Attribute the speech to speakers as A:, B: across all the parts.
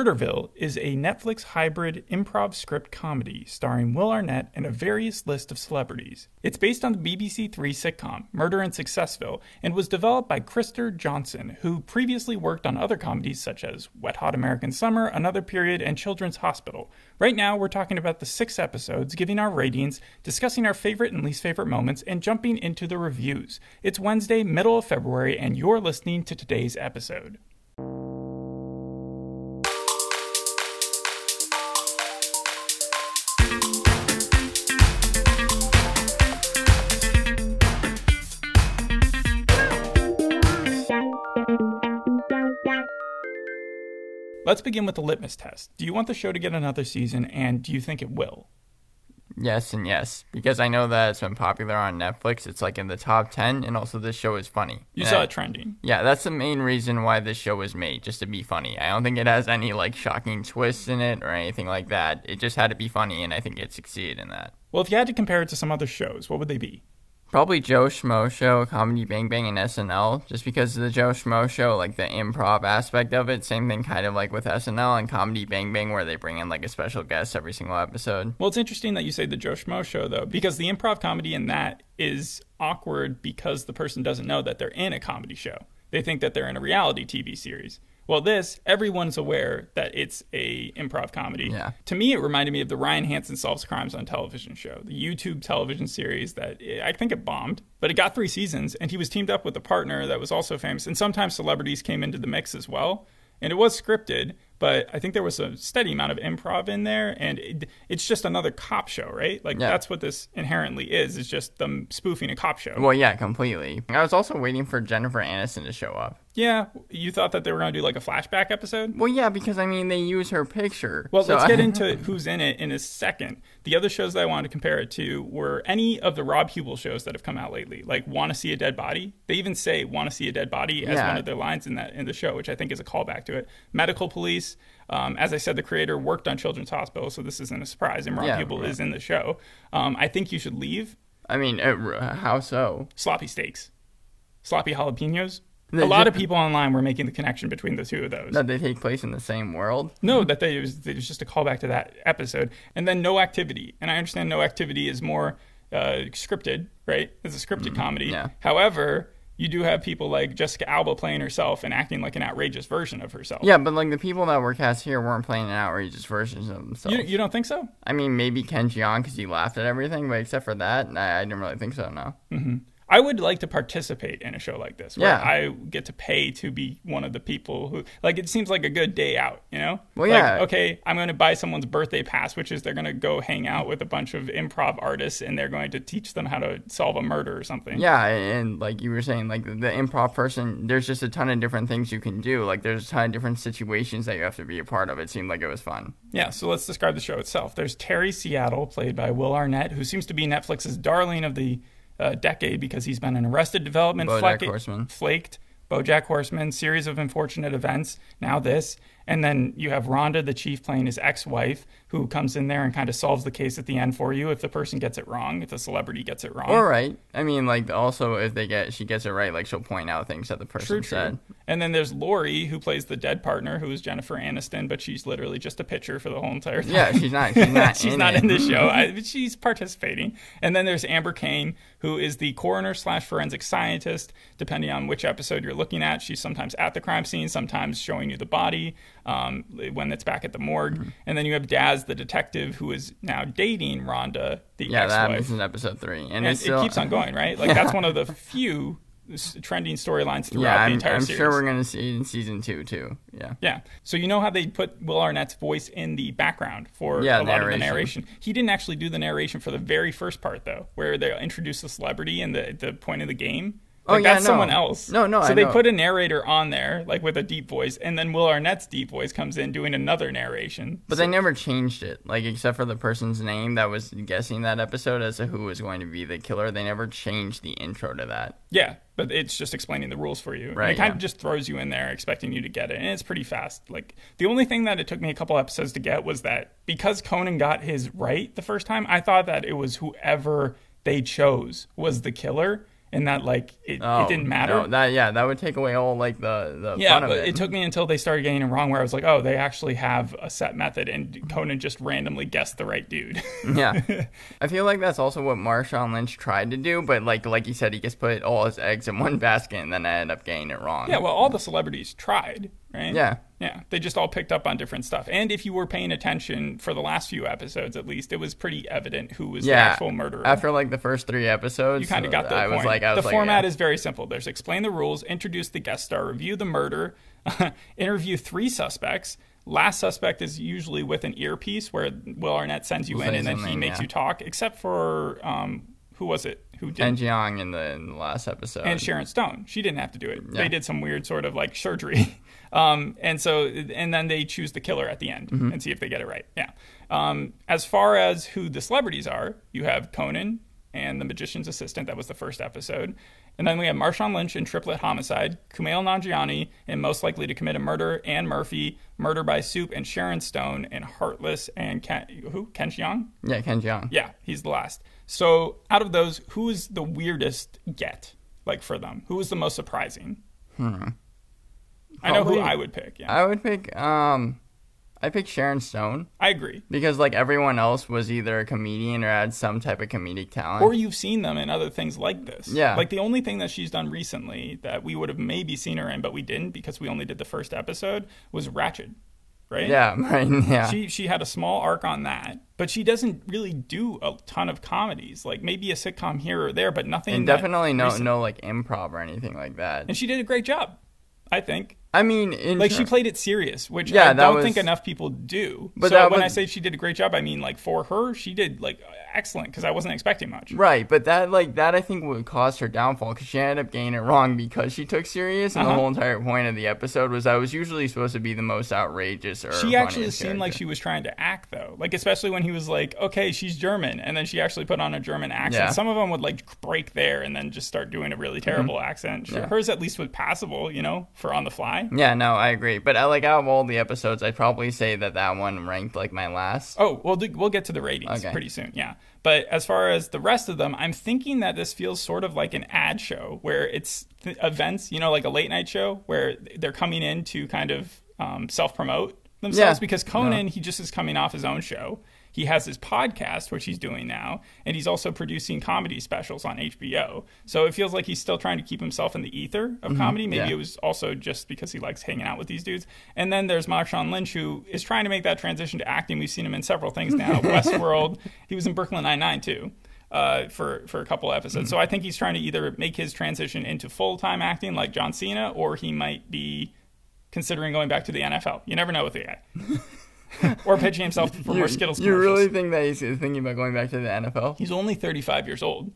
A: Murderville is a Netflix hybrid improv script comedy starring Will Arnett and a various list of celebrities. It's based on the BBC Three sitcom Murder in Successville and was developed by Krister Johnson, who previously worked on other comedies such as Wet Hot American Summer, Another Period, and Children's Hospital. Right now, we're talking about the six episodes, giving our ratings, discussing our favorite and least favorite moments, and jumping into the reviews. It's Wednesday, middle of February, and you're listening to today's episode. Let's begin with the litmus test. Do you want the show to get another season, and do you think it will?
B: Yes and yes, because I know that it's been popular on Netflix. It's like in the top 10, and also this show is funny.
A: You
B: And
A: saw
B: I-
A: it trending.
B: Yeah, that's the main reason why this show was made, just to be funny. I don't think it has any like shocking twists in it or anything like that. It just had to be funny, and I think it succeeded in that.
A: Well, if you had to compare it to some other shows, what would they be?
B: Probably Joe Schmo Show, Comedy Bang Bang, and SNL, just because of the Joe Schmo Show, like the improv aspect of it. Same thing kind of like with SNL and Comedy Bang Bang, where they bring in like a special guest every single episode.
A: Well, it's interesting that you say the Joe Schmo show, though, because the improv comedy in that is awkward because the person doesn't know that they're in a comedy show. They think that they're in a reality TV series. Well, this everyone's aware that it's a improv comedy.
B: Yeah.
A: To me, it reminded me of the Ryan Hansen solves crimes on television show, the YouTube television series that eh, I think it bombed, but it got three seasons, and he was teamed up with a partner that was also famous, and sometimes celebrities came into the mix as well. and it was scripted but i think there was a steady amount of improv in there and it, it's just another cop show right like
B: Yeah.
A: that's what this inherently is it's just them spoofing a cop show
B: Well, yeah, completely. I was also waiting for Jennifer Aniston to show up.
A: yeah you thought that they were going to do like a flashback episode
B: Well, yeah, because I mean, they use her picture.
A: well
B: so
A: let's get
B: I-
A: into who's in it in a second the other shows that i wanted to compare it to were any of the rob hubel shows that have come out lately like want to see a dead body they even say want to see a dead body as
B: Yeah.
A: one of their lines in that in the show which i think is a callback to it medical police um, as i said the creator worked on children's hospital so this isn't a surprise and rob
B: Yeah,
A: hubel
B: right.
A: is in the show um, i think you should leave
B: I mean, uh, r- how so?
A: sloppy steaks sloppy jalapenos
B: They
A: a lot
B: ju-
A: of people online were making the connection between the two of those.
B: That they take place in the same world?
A: No, that they, it, was, it was just a callback to that episode. And then no activity. And I understand no activity is more uh, scripted, right? It's a scripted comedy.
B: Mm-hmm. yeah.
A: However, you do have people like Jessica Alba playing herself and acting like an outrageous version of herself.
B: Yeah, but like the people that were cast here weren't playing an outrageous version of themselves.
A: You, you don't think so?
B: I mean, maybe Ken Jeong because he laughed at everything, but except for that, I, I didn't really think so. No.
A: I would like to participate in a show like this where
B: Yeah.
A: I get to pay to be one of the people who like it seems like a good day out, you know?
B: Well,
A: Like,
B: yeah.
A: okay, I'm going to buy someone's birthday pass, which is they're going to go hang out with a bunch of improv artists and they're going to teach them how to solve a murder or something.
B: Yeah, and like you were saying, like the improv person, there's just a ton of different things you can do. Like there's a ton of different situations that you have to be a part of. It seemed like it was fun.
A: Yeah, so let's describe the show itself. There's Terry Seattle, played by Will Arnett, who seems to be Netflix's darling of the uh, decade because he's been in Arrested Development,
B: BoJack
A: Flake-
B: Horseman.
A: Flaked, BoJack Horseman, series of unfortunate events. Now this, and then you have Rhonda, the chief, playing his ex-wife, who comes in there and kind of solves the case at the end for you if the person gets it wrong, if the celebrity gets it wrong.
B: All right. I mean, like also if they get she gets it right, like she'll point out things that the person
A: True,
B: said.
A: true. And then there's Lori, who plays the dead partner, who is Jennifer Aniston, but she's literally just a picture for the whole entire time.
B: Yeah, she's not. She's not.
A: she's
B: in
A: not
B: it.
A: in the show. I, but she's participating. And then there's Amber Kane, who is the coroner slash forensic scientist. Depending on which episode you're looking at, she's sometimes at the crime scene, sometimes showing you the body um, when it's back at the morgue.
B: Mm-hmm.
A: And then you have Daz, the detective, who is now dating Rhonda, the
B: Yeah, that
A: ex-wife.
B: happens in episode three, and,
A: and
B: it's still,
A: it keeps on going, right? Like that's one of the few s- trending storylines throughout
B: Yeah,
A: the
B: I'm,
A: entire
B: I'm
A: series.
B: sure we're gonna see it in season two too. Yeah.
A: Yeah. So you know how they put Will Arnett's voice in the background for
B: Yeah,
A: a lot of the
B: narration.
A: narration. He didn't actually do the narration for the very first part though, where they introduce the celebrity and the the point of the game.
B: Oh,
A: Like
B: yeah,
A: that's
B: no.
A: someone else.
B: No, no,
A: So
B: I
A: they
B: know.
A: put a narrator on there, like with a deep voice, and then Will Arnett's deep voice comes in doing another narration.
B: But they never changed it, like except for the person's name that was guessing that episode as to who was going to be the killer. They never changed the intro to that.
A: Yeah, but it's just explaining the rules for you. And
B: Right,
A: it kind
B: yeah.
A: of just throws you in there expecting you to get it. And it's pretty fast. Like the only thing that it took me a couple episodes to get was that because Conan got his right the first time, I thought that it was whoever they chose was the killer. and that like it,
B: Oh,
A: it didn't matter.
B: No, that yeah, that would take away all like the the
A: yeah,
B: fun
A: but
B: of
A: it.
B: it.
A: took me until they started getting it wrong where I was like, oh, they actually have a set method, and Conan just randomly guessed the right dude.
B: yeah, I feel like that's also what Marshawn Lynch tried to do, but like like you said, he just put all his eggs in one basket and then ended up getting it wrong.
A: yeah, well, all the celebrities tried, right?
B: Yeah.
A: Yeah, they just all picked up on different stuff. And if you were paying attention for the last few episodes, at least, it was pretty evident who was the
B: yeah.
A: actual murderer.
B: After like the first three episodes,
A: you kind of got the
B: I was
A: point.
B: like, I was
A: the
B: like,
A: format
B: yeah.
A: is very simple. There's explain the rules, introduce the guest star, review the murder, interview three suspects. Last suspect is usually with an earpiece where Will Arnett sends you in
B: say
A: and then he
B: something,
A: makes
B: yeah.
A: you talk, except for um, who was it? Who did
B: and Jiang in the, in the last episode.
A: and Sharon Stone. She didn't have to do it.
B: Yeah.
A: They did some weird sort of like surgery. Um, and so, and then they choose the killer at the end and see if they get it right. Yeah. Um, as far as who the celebrities are, you have Conan and the magician's assistant. That was the first episode. And then we have Marshawn Lynch in Triplet Homicide, Kumail Nanjiani in Most Likely to Commit a Murder, Anne Murphy, Murder by Soup, and Sharon Stone in Heartless and Ken, who? Ken Jeong?
B: yeah, Ken Jeong.
A: Yeah, he's the last. So out of those, who is the weirdest get? Like for them, who was the most surprising? Hmm. I know who
B: Probably-
A: I would pick. Yeah,
B: I would pick um, I pick Sharon Stone
A: I agree.
B: because like everyone else was either a comedian or had some type of comedic talent.
A: Or you've seen them in other things like this.
B: Yeah.
A: Like the only thing that she's done recently that we would have maybe seen her in, but we didn't because we only did the first episode was Ratchet, right?
B: yeah, right. Yeah.
A: She she had a small arc on that, but she doesn't really do a ton of comedies. Like maybe a sitcom here or there, but nothing.
B: and
A: that
B: definitely no
A: recent-
B: no like improv or anything like that.
A: And she did a great job, I think.
B: I mean, in
A: like she
B: ter-
A: played it serious, which
B: Yeah,
A: I
B: that
A: don't
B: was-
A: think enough people do.
B: But
A: so
B: that
A: when I
B: was-
A: say she did a great job, I mean like for her, she did like excellent because I wasn't expecting much.
B: right, but that like that I think would cause her downfall because she ended up getting it wrong because she took serious, and the
A: Uh-huh.
B: whole entire point of the episode was I was usually supposed to be the most outrageous or
A: She actually
B: funniest
A: seemed like
B: character.
A: she was trying to act though, like especially when he was like, "Okay, she's German," and then she actually put on a German accent.
B: Yeah. Mm-hmm.
A: Some of them would like break there and then just start doing a really terrible accent. Sure,
B: Yeah.
A: Hers at least was passable, you know, for on the fly.
B: Yeah, no, I agree. But I like out of all the episodes, I'd probably say that that one ranked like my last.
A: Oh, well, th- we'll get to the ratings
B: Okay.
A: pretty soon. Yeah. But as far as the rest of them, I'm thinking that this feels sort of like an ad show where it's th- events, you know, like a late night show where they're coming in to kind of um, self promote themselves
B: Yeah.
A: because Conan, he just is coming off his own show. He has his podcast, which he's doing now, and he's also producing comedy specials on HBO. So it feels like he's still trying to keep himself in the ether of comedy. Maybe
B: yeah.
A: it was also just because he likes hanging out with these dudes. And then there's Marshawn Lynch, who is trying to make that transition to acting. We've seen him in several things now. Westworld. He was in Brooklyn Nine Nine too. Uh, for for a couple episodes, so I think he's trying to either make his transition into full time acting like John Cena, or he might be considering going back to the NFL. You never know with the guy, or pitching himself for more Skittles.
B: you
A: commercials.
B: really think that he's thinking about going back to the NFL?
A: He's only 35 years old.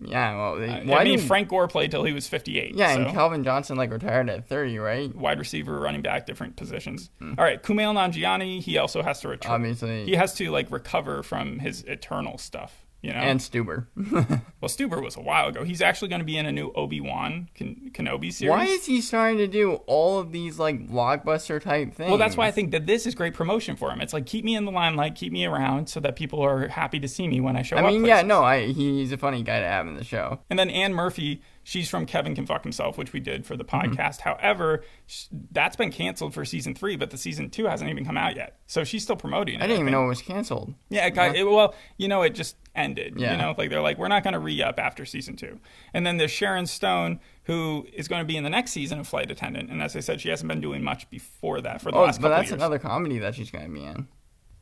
B: Yeah, well, they,
A: Uh, I
B: why
A: mean,
B: did-
A: Frank Gore played till he was 58.
B: Yeah,
A: so-
B: and Calvin Johnson like retired at thirty, right?
A: wide receiver, running back, different positions.
B: Hmm.
A: All right, Kumail Nanjiani, he also has to return.
B: Obviously,
A: he has to like recover from his eternal stuff. You know,
B: and Stuber.
A: well, Stuber was a while ago. He's actually going to be in a new Obi Wan Ken- Kenobi series.
B: Why is he starting to do all of these like blockbuster type things?
A: Well, that's why I think that this is great promotion for him. It's like keep me in the limelight, keep me around, so that people are happy to see me when I show
B: I
A: up.
B: mean, yeah,
A: places.
B: no, I he's a funny guy to have in the show.
A: And then Anne Murphy, she's from Kevin Can Fuck Himself, which we did for the
B: Mm-hmm.
A: podcast. However, sh- that's been canceled for season three, but the season two hasn't even come out yet. So she's still promoting it.
B: I didn't even
A: think.
B: know it was canceled.
A: Yeah, it got, it, well, you know, it just ended. You
B: Yeah.
A: know, like they're like, we're not going to re up after season two. And then there's Sharon Stone, who is going to be in the next season of Flight Attendant. And as I said, she hasn't been doing much before that for the
B: Oh,
A: last
B: but
A: couple
B: that's
A: years.
B: another comedy that she's gonna be in.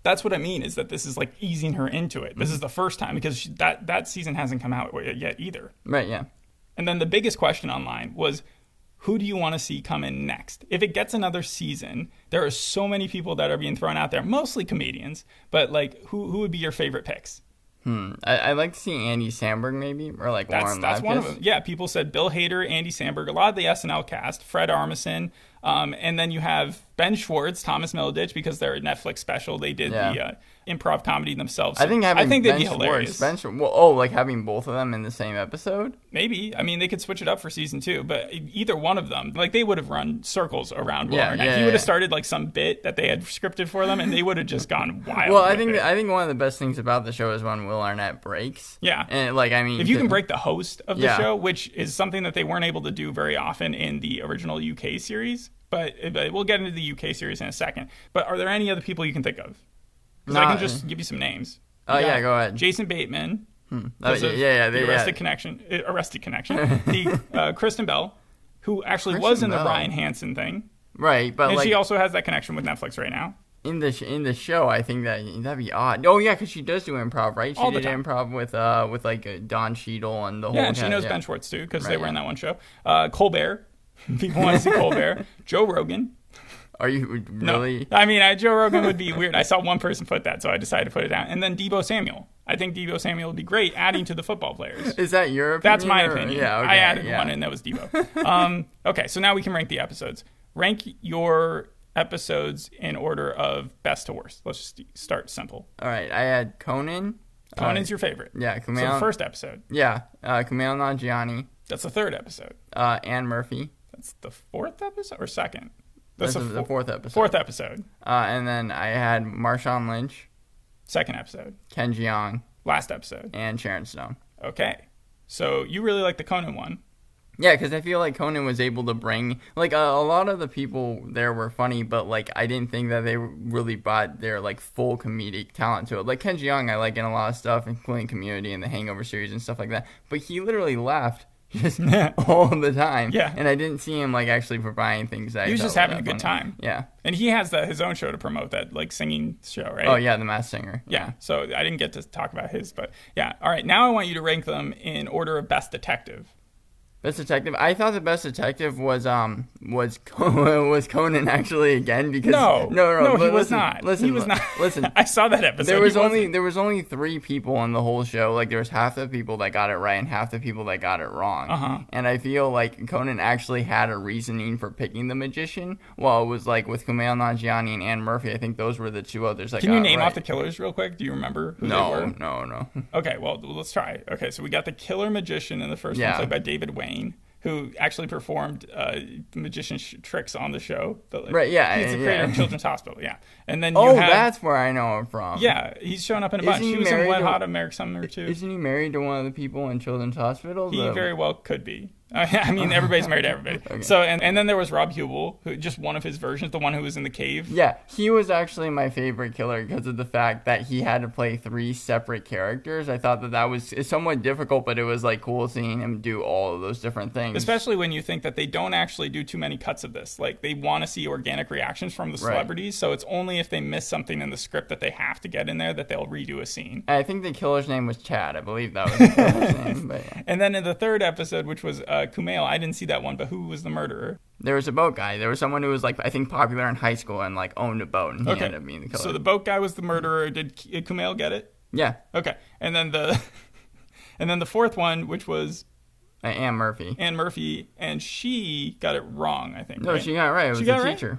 A: That's what I mean is that this is like easing her into it.
B: Mm-hmm.
A: This is the first time because she, that, that season hasn't come out yet either.
B: Right? Yeah.
A: And then the biggest question online was who do you want to see come in next? If it gets another season, there are so many people that are being thrown out there, mostly comedians, but like who, who would be your favorite picks?
B: Hmm. I, I like to see Andy Samberg maybe or like
A: That's
B: Lauren
A: that's one of
B: Lapkus.
A: them. Yeah, people said Bill Hader, Andy Samberg, a lot of the SNL cast, Fred Armisen, um, and then you have Ben Schwartz, Thomas Middleditch, because they're a Netflix special. They did
B: Yeah.
A: the uh, improv comedy themselves.
B: I think having
A: I think they'd
B: Ben
A: be
B: Schwartz-
A: hilarious.
B: Ben Schwartz- well, oh, like having both of them in the same episode.
A: Maybe. I mean, they could switch it up for season two, but e, either one of them, like, they would have run circles around Will
B: Yeah,
A: Arnett.
B: yeah,
A: he would
B: yeah.
A: have started, like, some bit that they had scripted for them, and they would have just gone wild.
B: Well, I
A: with
B: think
A: it.
B: I think one of the best things about the show is when Will Arnett breaks.
A: Yeah.
B: and like I mean,
A: if you can
B: th-
A: break the host of the
B: Yeah.
A: show, which is something that they weren't able to do very often in the original UK series, but, eh, but we'll get into the UK series in a second. But are there any other people you can think of? 'Cause I
B: Nah.
A: can just give you some names.
B: Oh,
A: You got
B: yeah, go ahead.
A: Jason Bateman.
B: Oh,
A: because
B: yeah,
A: of
B: yeah, yeah,
A: the
B: they- yeah.
A: Arrested Connection, uh, Arrested Connection, the uh, Kristen Bell, who actually was
B: Kristen
A: in the
B: Bell.
A: Ryan Hansen thing,
B: right, but
A: and
B: like
A: she also has that connection with Netflix right now.
B: in the sh- in the show, I think that that'd be odd. Oh yeah, because she does do improv, right? She
A: All the
B: did
A: time.
B: improv with uh with like uh, Don Cheadle and the whole.
A: Yeah, and she
B: kind-
A: knows
B: yeah.
A: Ben Schwartz too because they
B: Right,
A: were in
B: yeah.
A: that one show. Uh, Colbert, people want to see Colbert. Joe Rogan.
B: Are you
A: No.
B: really?
A: I mean, I, Joe Rogan would be weird. I saw one person put that, so I decided to put it down. And then Debo Samuel. I think Debo Samuel would be great adding to the football players.
B: Is that your? Opinion
A: That's my
B: or-
A: opinion.
B: Yeah, okay,
A: I added
B: yeah.
A: one, and that was Debo. um, okay, so now we can rank the episodes. Rank your episodes in order of best to worst. Let's just start simple.
B: All right, I had Conan. uh,
A: Conan's your favorite.
B: yeah,
A: So
B: Kumail.
A: the first episode.
B: yeah, uh, Kumail Nanjiani,
A: That's the third episode.
B: uh, Anne Murphy.
A: That's the fourth episode or second.
B: This is
A: the
B: the
A: fourth,
B: fourth episode.
A: fourth episode.
B: Uh, and then I had Marshawn Lynch,
A: Second episode.
B: Ken Jeong,
A: Last episode.
B: and Sharon Stone.
A: Okay. So you really like the Conan one.
B: Yeah, because I feel like Conan was able to bring like a, a lot of the people there were funny, but like I didn't think that they really brought their like full comedic talent to it. Like Ken Jeong, I like in a lot of stuff, including Community and the Hangover series and stuff like that. But he literally laughed just all the time.
A: Yeah.
B: and I didn't see him like actually providing things. That I
A: He was
B: thought
A: just having
B: that
A: a good
B: funny.
A: time.
B: Yeah.
A: And he has that his own show to promote, that like singing show, right?
B: Oh yeah, the Masked Singer.
A: Yeah. So I didn't get to talk about his, but yeah. All right. Now I want you to rank them in order of best detective.
B: Best detective. I thought the best detective was um was Conan, was Conan actually again because
A: No.
B: no no,
A: No,
B: li-
A: he was
B: listen,
A: not.
B: Listen,
A: he was
B: li-
A: not.
B: Listen,
A: I saw that episode.
B: there was
A: He wasn't.
B: only there was only three people on the whole show. Like there was half the people that got it right and half the people that got it wrong.
A: Uh-huh.
B: And I feel like Conan actually had a reasoning for picking the magician. While it was like with Kumail Nanjiani and Anne Murphy, I think those were the two others. That
A: Can
B: got
A: you
B: it
A: name
B: right.
A: off the killers real quick? Do you remember who they
B: No,
A: were?
B: no, no.
A: Okay, well, let's try. Okay, so we got the killer magician in the first
B: Yeah.
A: one, played by David Wayne, who actually performed uh, magician sh- tricks on the show. But, like,
B: Right, yeah,
A: He's the
B: yeah.
A: creator of Children's Hospital, yeah. And then you
B: Oh,
A: have.
B: that's where I know him from.
A: yeah, he's shown up in a
B: Isn't
A: bunch.
B: he
A: He was in
B: married
A: Wet
B: to-
A: Hot America Summer, too.
B: Isn't he married to one of the people in Children's Hospital?
A: He
B: The-
A: very well could be. I mean, everybody's married to everybody. So, and, and then there was Rob Hubel, who just one of his versions, the one who was in the cave.
B: Yeah, he was actually my favorite killer because of the fact that he had to play three separate characters. I thought that that was somewhat difficult, but it was like cool seeing him do all of those different things.
A: Especially when you think that they don't actually do too many cuts of this. Like, they want to see organic reactions from the
B: Right.
A: celebrities. So, it's only if they miss something in the script that they have to get in there that they'll redo a scene.
B: I think the killer's name was Chad. I believe that was the killer's name. But yeah.
A: And then in the third episode, which was uh, Kumail, I didn't see that one, but who was the murderer?
B: there was a boat guy. There was someone who was like I think popular in high school and like owned a boat, and he ended up being the killer.
A: So, the boat guy was the murderer. Did K- Kumail get it?
B: yeah,
A: Okay. And then the. And then the fourth one, which was
B: I am Murphy.
A: Anne Murphy, and she got it wrong, I think.
B: No,
A: right?
B: she got it right. It was
A: She
B: the
A: got it right?
B: teacher.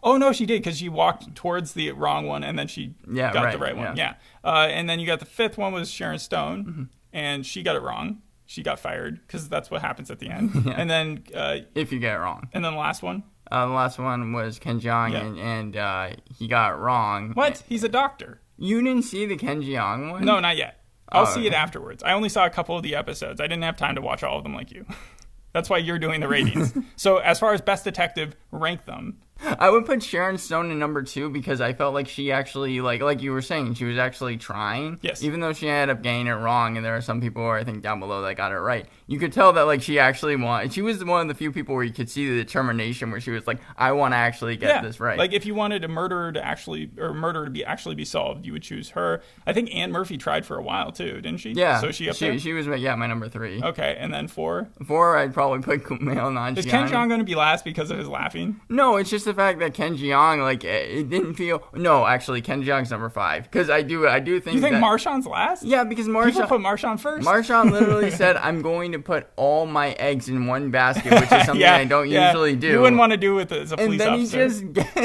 A: Oh no, she did because she walked towards the wrong one and then she
B: Yeah,
A: got
B: right,
A: the right one.
B: yeah. Mm-hmm.
A: Yeah. Uh, and then you got the fifth one was Sharon Stone, and she got it wrong. She got fired because that's what happens at the end. And then uh,
B: If you get it wrong,
A: and then the last one.
B: uh, the last one was Ken Jeong,
A: Yeah.
B: and, and uh, he got it wrong.
A: What? He's a doctor.
B: You didn't see the Ken Jeong one?
A: No, not yet. I'll
B: Oh,
A: see it afterwards. I only saw a couple of the episodes. I didn't have time to watch all of them like you. That's why you're doing the ratings. so as far as best detective, rank them.
B: I would put Sharon Stone in number two because I felt like she actually like like you were saying she was actually trying.
A: Yes.
B: Even though she ended up getting it wrong, and there are some people where I think down below that got it right. You could tell that like she actually wanted. She was one of the few people where you could see the determination where she was like, I want to actually get this right.
A: Like if you wanted a murder to actually or murder to be actually be solved, you would choose her. I think Anne Murphy tried for a while too, didn't she?
B: yeah.
A: So she up
B: she,
A: there.
B: she was my- yeah my number three.
A: okay, and then four.
B: Four I'd probably put Kumail Nanjiani.
A: Is Ken Jeong going to be last because of his laughing?
B: No, it's just the fact that Ken Jeong, like, it, it didn't feel. No, actually, Ken Jeong's number five because I do, I do think.
A: You think
B: that,
A: Marshawn's last?
B: Yeah, because
A: People
B: Marshawn.
A: put Marshawn first.
B: Marshawn literally said, "I'm going to put all my eggs in one basket," which is something
A: yeah,
B: I don't
A: yeah.
B: usually do.
A: You wouldn't want to do it as a
B: and
A: police
B: then
A: officer.
B: he just guessed.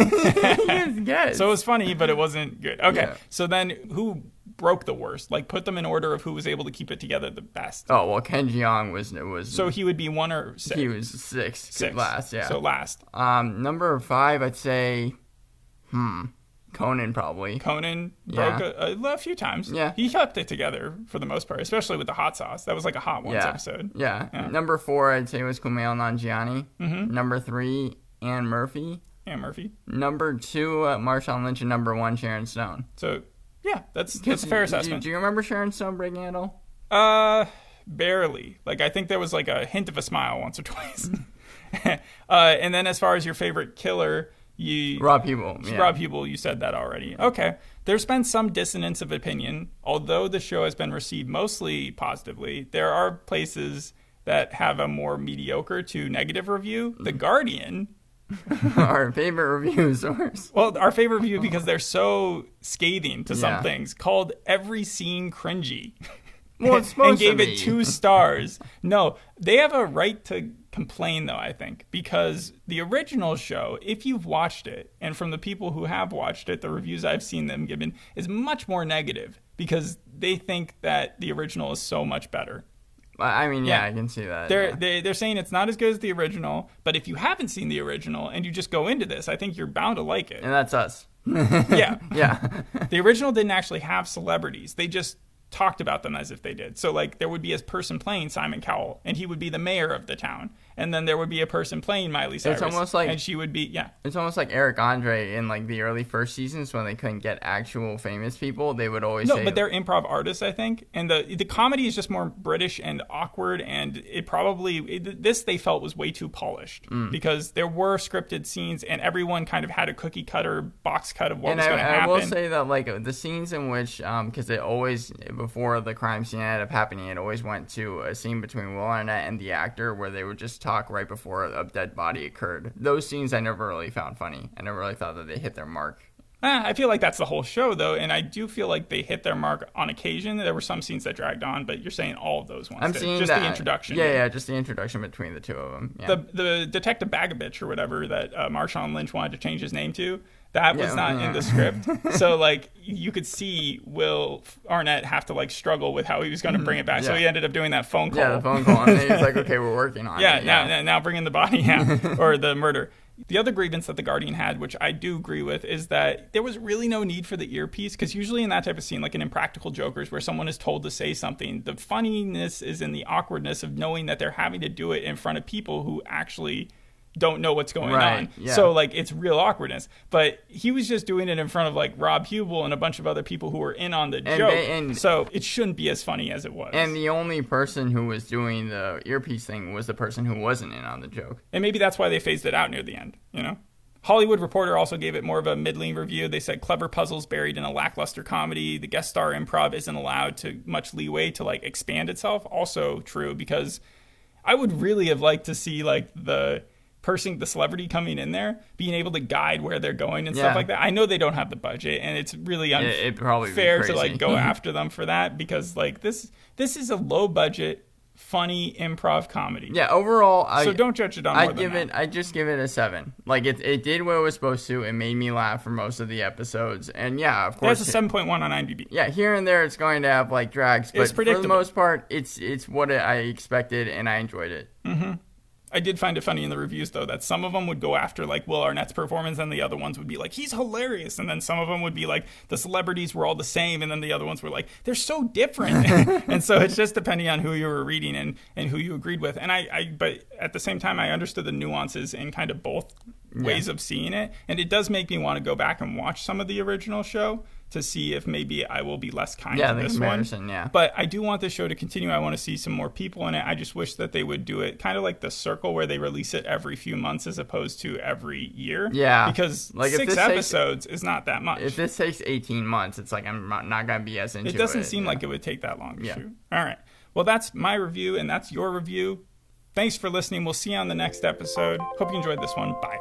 B: he just guessed.
A: So it was funny, but it wasn't good. Okay.
B: Yeah.
A: So then who broke the worst? Like put them in order of who was able to keep it together the best.
B: oh well, Ken Jeong was was
A: So he would be one or six.
B: he was six,
A: six.
B: last. Yeah.
A: So last.
B: um, number five, I'd say, hmm, Conan probably.
A: Conan
B: Yeah.
A: broke a, a, a few times.
B: Yeah.
A: He kept it together for the most part, especially with the hot sauce. That was like a hot ones
B: yeah.
A: episode.
B: Yeah.
A: Yeah.
B: Number four, I'd say was Kumail Nanjiani. Mm-hmm. Number three, Anne Murphy.
A: Yeah, Murphy.
B: Number two, uh, Marshawn Lynch, and number one, Sharon Stone.
A: So yeah, that's that's a fair
B: Do- do-
A: assessment.
B: Do, you remember Sharon Stone breaking it all?
A: Uh, barely. Like I think there was like a hint of a smile once or twice. uh, and then as far as your favorite killer, you
B: Rob People. Yeah.
A: Rob Hubel, you said that already. Okay. There's been some dissonance of opinion. Although the show has been received mostly positively, there are places that have a more mediocre to negative review.
B: Mm-hmm.
A: The Guardian,
B: Our favorite review source.
A: well, our favorite review because they're so scathing to some
B: Yeah.
A: things, called every scene cringy.
B: Well,
A: and
B: it's supposed
A: gave
B: to
A: it
B: be.
A: two stars. No, they have a right to complain, though, I think, because the original show, if you've watched it, and from the people who have watched it, the reviews I've seen them given is much more negative because they think that the original is so much better.
B: I I mean, yeah,
A: Yeah.
B: I can see that.
A: They're,
B: yeah.
A: they, they're saying it's not as good as the original, but if you haven't seen the original and you just go into this, I think you're bound to like it.
B: And that's us.
A: yeah.
B: Yeah.
A: The original didn't actually have celebrities. They just talked about them as if they did. So like there would be a person playing Simon Cowell and he would be the mayor of the town. And then there would be a person playing Miley Cyrus.
B: almost like-
A: and she would be yeah.
B: It's almost like Eric Andre in like the early first seasons when they couldn't get actual famous people. They would always
A: No,
B: say,
A: but they're improv artists, I think, and the the comedy is just more British and awkward, and it probably it, this they felt was way too polished
B: Mm.
A: because there were scripted scenes, and everyone kind of had a cookie cutter box cut of what
B: and
A: was going to
B: I, I
A: happen.
B: will say that like the scenes in which, um, because it always before the crime scene ended up happening, it always went to a scene between Will Arnett and the actor where they would just talk right before a dead body occurred. Those scenes I never really found funny. I never really thought that they hit their mark.
A: Ah, I feel like that's the whole show, though, and I do feel like they hit their mark on occasion. There were some scenes that dragged on, but you're saying all of those ones.
B: I'm
A: did.
B: seeing
A: just
B: that.
A: the introduction.
B: Yeah, yeah, just the introduction between the two of them. Yeah.
A: The the detective Bagabitch or whatever that uh, Marshawn Lynch wanted to change his name to, that was
B: Yeah,
A: not
B: yeah.
A: in the script. so like you could see Will Arnett have to like struggle with how he was going to bring it back. So
B: Mm-hmm. yeah.
A: he ended up doing that phone call.
B: yeah, the phone call, and he's like, "Okay, we're working on
A: yeah,
B: it."
A: now, now now bring in the body yeah, or the murder. The other grievance that the Guardian had, which I do agree with, is that there was really no need for the earpiece because usually in that type of scene, like in Impractical Jokers, where someone is told to say something, the funniness is in the awkwardness of knowing that they're having to do it in front of people who actually don't know what's going
B: Right,
A: on.
B: yeah.
A: So like it's real awkwardness. But he was just doing it in front of like Rob Hubel and a bunch of other people who were in on the joke.
B: they- and-
A: so it shouldn't be as funny as it was.
B: And the only person who was doing the earpiece thing was the person who wasn't in on the joke.
A: And maybe that's why they phased it out near the end, you know? Hollywood Reporter also gave it more of a middling review. They said clever puzzles buried in a lackluster comedy. The guest star improv isn't allowed to much leeway to like expand itself. Also true because I would really have liked to see like the person, the celebrity coming in there, being able to guide where they're going and
B: Yeah.
A: stuff like that. I know they don't have the budget, and it's really unfair
B: It- it'd probably be
A: fair to
B: crazy.
A: like go after them for that because like this this is a low budget, funny improv comedy.
B: Yeah, overall, I
A: So don't judge it on.
B: I
A: more than
B: give
A: that.
B: it I just give it a seven. Like it, it did what it was supposed to. It made me laugh for most of the episodes, and yeah, of course.
A: That's a seven point one on IMDb.
B: yeah, here and there, it's going to have like drags, but for the
A: predictable.
B: most part, it's it's what I expected, and I enjoyed it.
A: Hmm. I did find it funny in the reviews though that some of them would go after like Will Arnett's performance, and the other ones would be like he's hilarious, and then some of them would be like the celebrities were all the same, and then the other ones were like they're so different, and so it's just depending on who you were reading and and who you agreed with. And I, I but at the same time I understood the nuances in kind of both ways of seeing it, and it does make me want to go back and watch some of the original show to see if maybe I will be less kind
B: Yeah,
A: to
B: the
A: this one.
B: comparison, yeah.
A: But I do want this show to continue. I want to see some more people in it. I just wish that they would do it kind of like the circle where they release it every few months as opposed to every year.
B: Yeah.
A: Because
B: Like, if
A: six
B: this takes-
A: episodes is not that much.
B: If this takes eighteen months, it's like I'm not, not gonna be as into
A: it
B: it.
A: doesn't seem like it would take that long to
B: Yeah.
A: shoot. All right. Well, that's my review and that's your review. Thanks for listening. We'll see you on the next episode. Hope you enjoyed this one. Bye.